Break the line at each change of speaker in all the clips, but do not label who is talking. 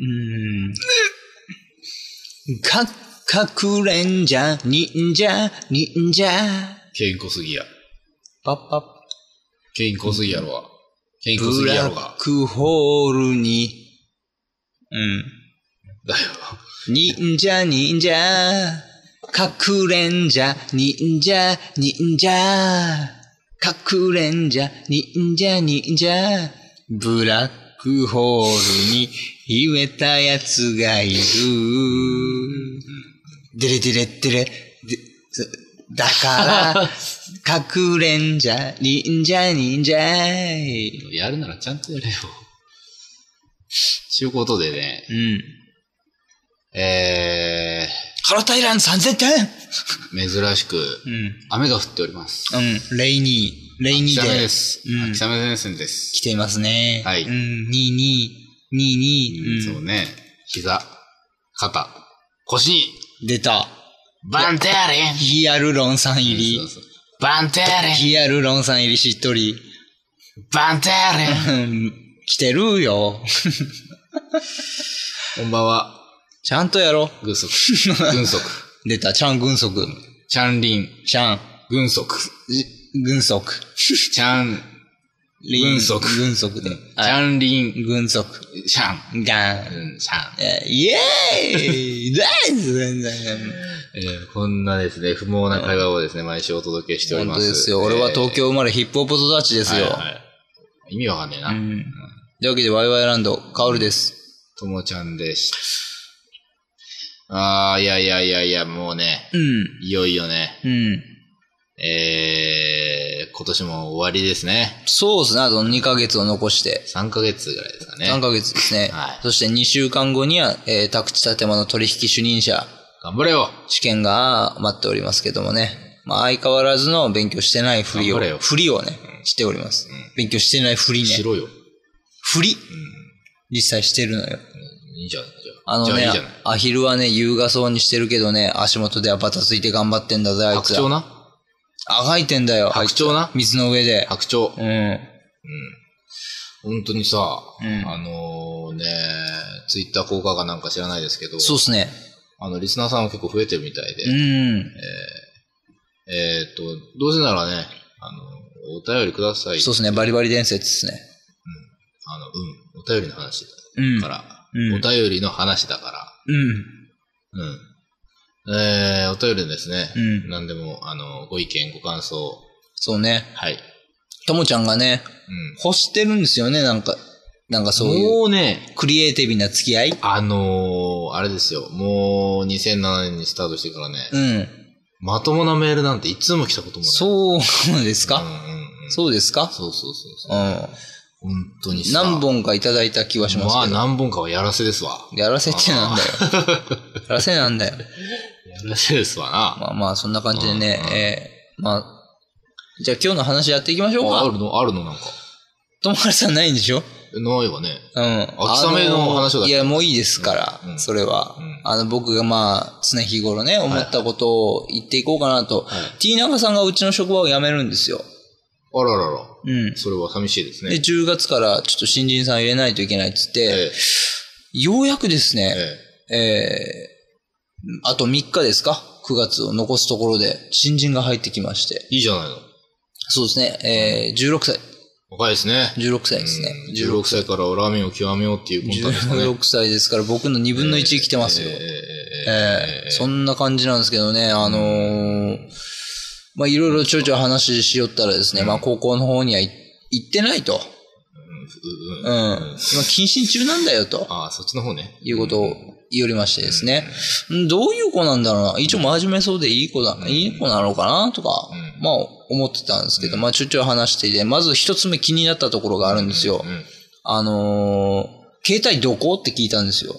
うん。か、かくれんじゃ、忍者、忍者。
ケインコすぎや。
パッパッ。
ケインコすぎやろが。ケインコす
ブ
ぎや
ラ
ろが
ッ。クホールに、うん。
だよ。
忍者忍者、かくれんじゃ、忍者忍者、かくれんじゃ、忍者忍者、ブラックホールに秘めたやつがいる。デレデレデレ、でだから、かくれんじゃ、忍者忍者。
やるならちゃんとやれよ。ちゅうことでね、
うん。
え
ハロタイラン3000点
ー、珍しく、
うん。
雨が降っております。
うん、レイニー。レイニ
秋
ー
雨で
で。
す。
うん
秋雨前線です。
来ていますね。
はい
うん、22、22、
そううね。膝、肩、腰に、
ん。出た。
バンテーレン
ヒアルロン酸入り
そう。そうバンテーレン
ヒアルロン酸入りしっとり。
バンテーレン
うん来てるよ。
こんばんは、
ちゃんとやろ。
軍足。軍足。
出た、チャン軍足。
チャンリン、
シャン、
軍足。
軍足。
チ ャン、
リン
軍足
軍足で。
チャンリン、
軍足。
シャン。
ガン。
うん、シャン。
えイエーイです
えーこんなですね、不毛な会話をですね、毎週お届けしており
本
ま
当
す。
ですよ。俺は東京生まれヒップホップ育ちで
です
よ。
意味わかんねえな。
うん。というわけで、ワイワイランド、カオルです。
ともちゃんでした。あー、いやいやいやいや、もうね、
うん。
いよいよね、
うん。
えー、今年も終わりですね。
そうですね。あと2ヶ月を残して。
3ヶ月ぐらいですかね。
3ヶ月ですね。
はい
そして2週間後には、えー、宅地建物取引主任者
頑張れよ
試験が待っておりますけどもね。まあ、相変わらずの勉強してないふり
頑張れよ
を、ふりをね、しております。勉強してないふりね。
しろよ。
ふり、実際してるのよ。
いいじゃん、じゃ
あの
じゃあい
ね
いじゃない。、
アヒルはね、優雅そうにしてるけどね、足元ではバタついて頑張ってんだぜ、あい
白
つ
鳥
は。
な
あがいてんだよ。
白鳥な
水の上で。
白鳥。
うん。
本当にさ、
うん
あのーね、ツイッター効果かなんか知らないですけど、
そうっすね。
あの、リスナーさんは結構増えてるみたいで、
うん。
えーっと、どうせならね、あの、お便りください。
そうっすね。バリバリ伝説っすね。
あの、うん、お便りの話
うん。
だから、
うん
お便りの話だか
うん。
ら、うん。えー、お便りですね、
うん
何でも、あの、ご意見、ご感想、
そうね。
はい。
ともちゃんがね、
うん。
欲してるんですよね、なんか。なんかそういう。
もうね、
クリエイティブな付き合い
あのー、あれですよ、もう2007年にスタートしてからね、
うん。
まともなメールなんていつも来たこともない。う
そうです
ん
か、
うんうん。そ
そ
う
うですか
そうそうそう
う
そう。
ん。
本当にさ。
何本かいただいた気はします
まあ
けど。
何本かはやらせですわ。
やらせってなんだよ。 やらせなんだよ。
やらせですわな。
まあまあ、そんな感じでね。えーまあ、じゃあ今日の話やっていきましょう
ああ
か。
るのあるのなんか。
ともはさんないんでしょ
えないわね。
うん。
秋雨の話をだっけ
いや、もういいですから、
うんうん
それは、
うん
あの、僕がまあ、常日頃ね、思ったことを言っていこうかなと。
はい
T 長さんがうちの職場を辞めるんですよ。
あららら。
うん。
それは寂しいです
で、
ね。
10月からちょっと新人さん入れないといけないっつっ
え
て、
え
ようやくです
え
ね、
え
えーあと3日ですか ?9 月を残すところで、新人が入ってきまして。
いいじゃないの。
そうですね、えー、16歳。
若いですね。
16歳ですね。
うん16歳からラーメンを極めようっていうコンタクトね。
16歳ですから、僕の2分の1生きてますよ。
ええええええ
ええそんな感じなんですけどね、あのーまあ、いろいろちょいちょい話しよったらですね、まあ、高校の方にはい行ってないと。
うんうん
うん。今、謹慎中なんだよ、と
ああ、そっちの方ね。
いうことを言いおりましてですね、うんどういう子なんだろうな、一応真面目そうでいい子だ、いい子なのかな、とか、まあ、思ってたんですけど、まあ、ちょいちょい話していて、まず一つ目気になったところがあるんですよ
う。ん。
あのー携帯どこって聞いたんですよ。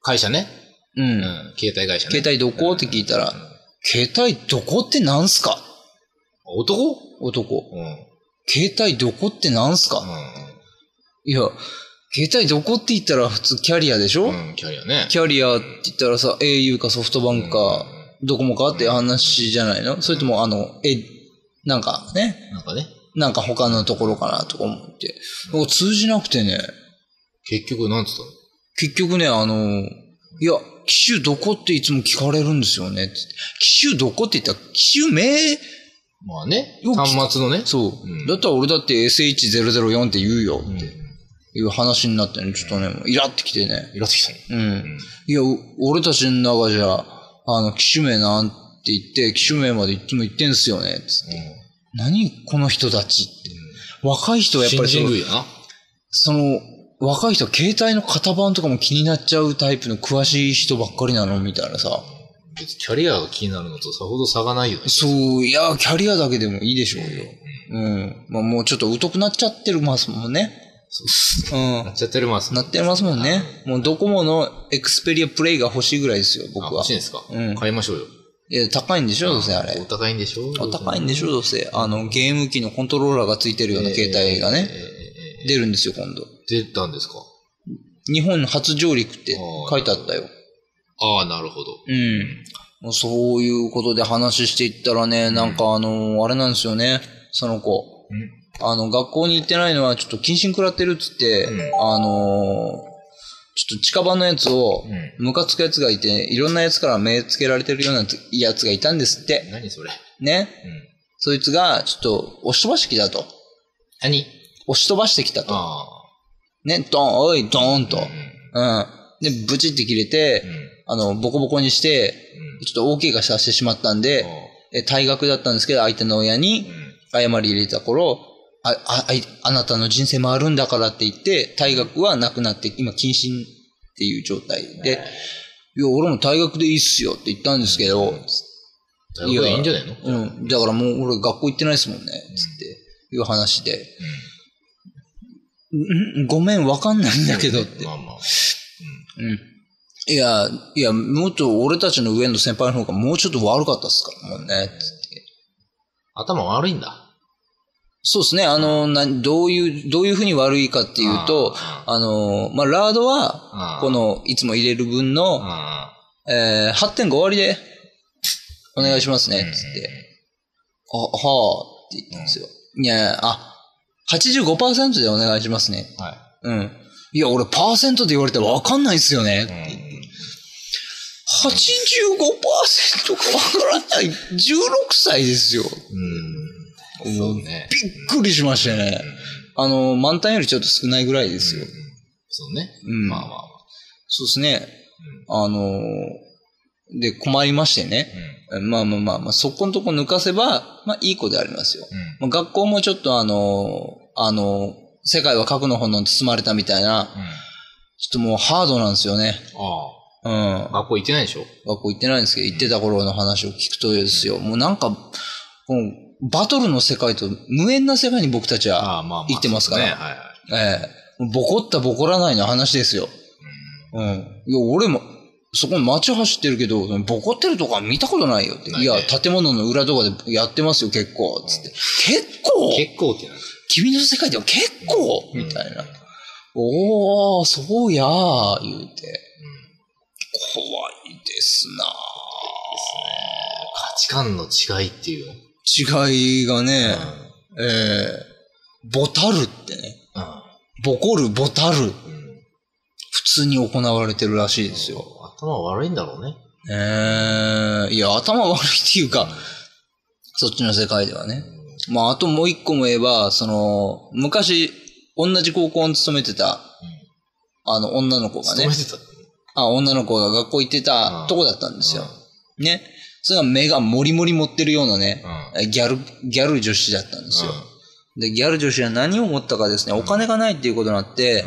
会社ね。
う
うんん。。携帯会社ね。
携帯どこって聞いたら、携帯どこってなんすか
男
男。
うん。うん。
携帯どこってなんすか、いや、携帯どこって言ったら普通キャリアでしょ、
うん。キャリアね。
キャリアって言ったらさ、au かソフトバンクか、ドコモかって話じゃないのそれともあの、え、なんかね、
なんかね。
なんか他のところかなとか思って。もう通じなくてね、
結局、なんつったの
結局ね、あの、いや、機種どこっていつも聞かれるんですよね。機種どこって言ったら、機種名
まあね。
よく聞く
端末のね。
そう、
うん
だったら俺だって SH004 って言うよ
う
っ
ん。
ていう話になってね、ちょっとね、もうイラってきてね。
イラつきたね。
うん。いや、お俺たちの中じゃ、あの、機種名なんて言って、機種名までいつも言ってんすよね。つって何この人たちって。若い人はやっぱ
新
りそ
人
の
類だな。
その、若い人は携帯の型番とかも気になっちゃうタイプの詳しい人ばっかりなのみたいなさ。
別にキャリアが気になるのとさほど差がないよね。
そう、いや、キャリアだけでもいいでしょうよ。うん。まあもうちょっと疎くなっちゃってるますもんね。
そう
うん
な。っちゃってるます。
なってますもんね。もうドコモのエクスペリアプレイが欲しいぐらいですよ、僕
あ
は。
欲しいんですか
うん
買いましょうよ。
いや、高いんでしょ、どうせあれ
お。高いんでしょ
お高いんでし
ょ
ょ、どうせ。あの、ゲーム機のコントローラーがついてるような携帯がね、出るんですよ、今度。
出たんですか
日本初上陸って書いてあったよ。
ああ、なるほど。
うん。もうそういうことで話していったらね、なんかあの、あれなんですよね、その子。あの、学校に行ってないのはちょっと謹慎食らってるっつって、
うん
あのーちょっと近場のやつを
うん、
ムカつくやつがいて、いろんなやつから目つけられてるようなやつやつがいたんですって。
何それ
ね。
うん。
そいつが、ちょっと、押し飛ばしてきたと。
何
押し飛ばしてきたと。
ああ。
ね、ドーン、おい、ドーンと
うん。
うん。で、ブチって切れて、
うん。
あの、ボコボコにして、
うん
ちょっと大怪我させてしまったんで、え、退学だったんですけど、相手の親
う
に
ん
謝り入れた頃、あ、あ、あいあなたの人生回るんだからって言って、退学はなくなって、今、謹慎っていう状態で、いや、俺も退学でいいっすよって言ったんですけど、
大学でいいんじゃないの
うん、だからもう俺学校行ってないですもんね、つって、いう話で、んんごめん、わかんないんだけどって。
まあまあ。
うん。いや、いや、もっと俺たちの上の先輩の方がもうちょっと悪かったっすからもうね、つって。
頭悪いんだ。
そうですね。あの、な、どういう、どういうふうに悪いかっていうと、
あ
あの、まあ、ラード
あ
は
あ、
この、いつも入れる分の、
ああ。
えー、8.5割で、お願いしますね、つって。あ、はあ、って言ったんですよ。いや、あ、85%でお願いしますね。
は
うん。いや、俺、パーセントで言われてわかんないっすよね。
い。
85%かわからない。16歳ですよ。
うん。そうね。
びっくりしましたね。あの、満タンよりちょっと少ないぐらいですよ。
そうね。
うん
まあまあまあ。
そうですね。あのーで、困りましてね。まあまあまあまあ、そこのとこ抜かせば、まあいい子でありますよ。
うん。
まあ、学校もちょっとあのーあのー世界は核の炎に包まれたみたいな、ちょっともうハードなんですよね。
あ
うん
あ。。学校行ってないでしょ
学校行ってないんですけど、行ってた頃の話を聞くとですよ、もうなんか、このバトルの世界と無縁な世界に僕たちは、
ああ、まあまあ。ね。はいはい。
ええボコったボコらないの話ですよ。うん。いや、俺も、そこの街走ってるけど、ボコってるとか見たことないよって。
ない
い
ね
や、建物の裏とかでやってますよ、結構。つって。結構
結構ってなる。
君の世界では結構みたいな。おー、そうやー、言うて。怖いですな
価値観の違いっていうの。
違いがね、
うん。
ええボタルってね。
うん。
ボコる、ボタル。
うん
普通に行われてるらしいですよ。
頭悪いんだろうね。
ええいや、頭悪いっていうか、そっちの世界ではね。まあ、あともう一個も言えば、その、昔、同じ高校に勤めてた、あの、女の子が
勤
ね
め、てた。
あ、女の子が学校行って
う
た
ん
とこだったんですよ。ね。それが目がモリモリ持ってるようなね、
う
ギャル、ギャル女子だったんですよ。で、ギャル女子は何を思ったかですね、お金がないっていうことになって、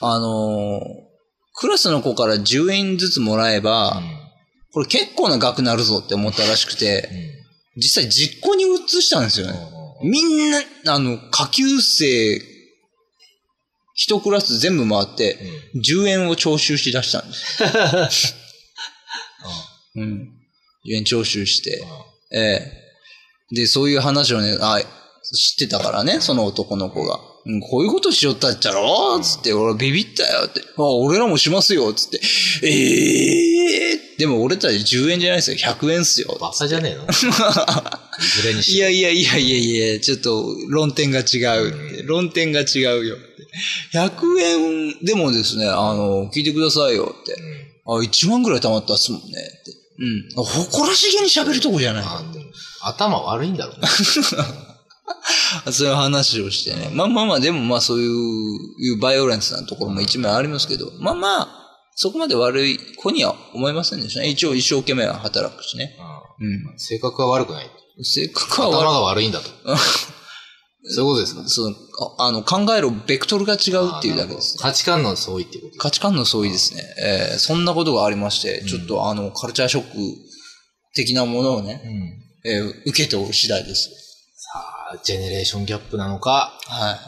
あのークラスの子から10円ずつもらえば、これ結構な額なるぞって思ったらしくて、実際実行に移したんですよね。みんな、あの、下級生、一クラス全部回って、10円を徴収しだしたんです。うん。10円徴収して、ええで、そういう話をね、あ、知ってたからね、その男の子が。うん、こういうことしよったっちゃろつって、俺ビビったよって。あ、俺らもしますよつって。ええでも俺たち10円じゃないですよ。100円っすよ。
バサじゃねえのいずれにし
いやいやいやいやいや、ちょっと論点が違うって、論点が違うよって。 100円でもですね、あの、聞いてくださいよって。
うん。
あ、1万ぐらい貯まったっすもんねって。うん。誇らしげに喋るとこじゃない。
あでも頭悪いんだろうね。
そういう話をしてね。まあまあまあ、でもまあそういう、いうバイオレンスなところも一面ありますけど、まあまあ、そこまで悪い子には思いませんでしたね。一応一生懸命は働くしね。う
うん性格は悪くない。
ん。性格は
頭
悪
が悪いんだと。そういうことですか
い。そのああの、考えるベクトルが違うっていうだけですね。
価値観の相違ってこと。
価値観の相違ですね。えーそんなことがありまして、ちょっとあの、カルチャーショック的なものをね、
うん。
えー受けておる次第です。
あージェネレーションギャップなのか。
はい。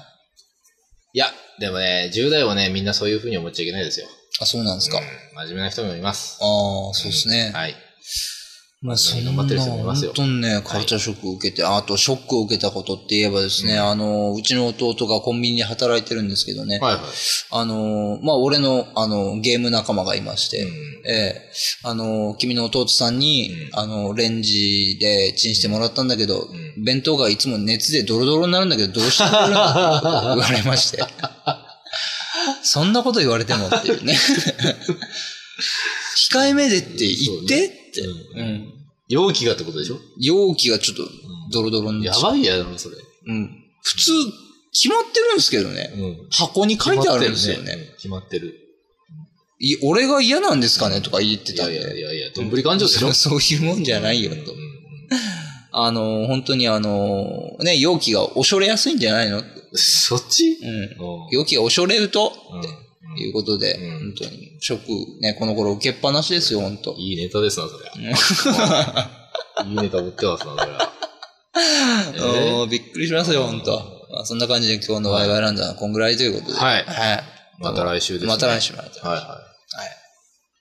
いや、でもね、10代はね、みんなそういう風に思っちゃいけないですよ。
あ、そうなんですか。あ
うん真面目な人もいます。
あ、そうですね。
はい。
まあ、そんな、
頑張ってる人もいますよ
本当にね、カルチャーショックを受けて、あと、ショックを受けたことって言えばですね、あの、うちの弟がコンビニで働いてるんですけどね、
はいはい。
あの、まあ、俺の、あの、ゲーム仲間がいまして、
うん
ええあの、君の弟さんに、
うん
あの、レンジでチンしてもらったんだけど、
ん
弁当がいつも熱でドロドロになるんだけど、どうしてくれるんだって言われまして。 そんなこと言われてもっていう ね。控えめでって言ってって。
うん
うん
容器がってことでしょ
容器がちょっとドロドロにな
や
っちゃ
ばいやろ、それ。
う。うん。普通、決まってるんですけどね。
うん。
箱に書いてあるんですよね。
決まってる。
い俺が嫌なんですかねとか言って
い
たんで。
やいやいやいや、どんぶり感情でしょ
そそういうもんじゃないよ、と
う。ん
あの、本当にあの、ね、容器がおしょれやすいんじゃないのう
そっち
ん。
うん
容器がおしょれると、
うん
っていうことで、
う
本
ん
当に、ショック、ね、この頃受けっぱなしですよ、本当
いいネタですな、それ。 いいネタ持ってますな、それは。え
おーびっくりしますよ、本当まあそんな感じで今日のワイワイランダーはこんぐらいということで。
はい
はい。
また来週ですね
また来週まで。
はいは
はい。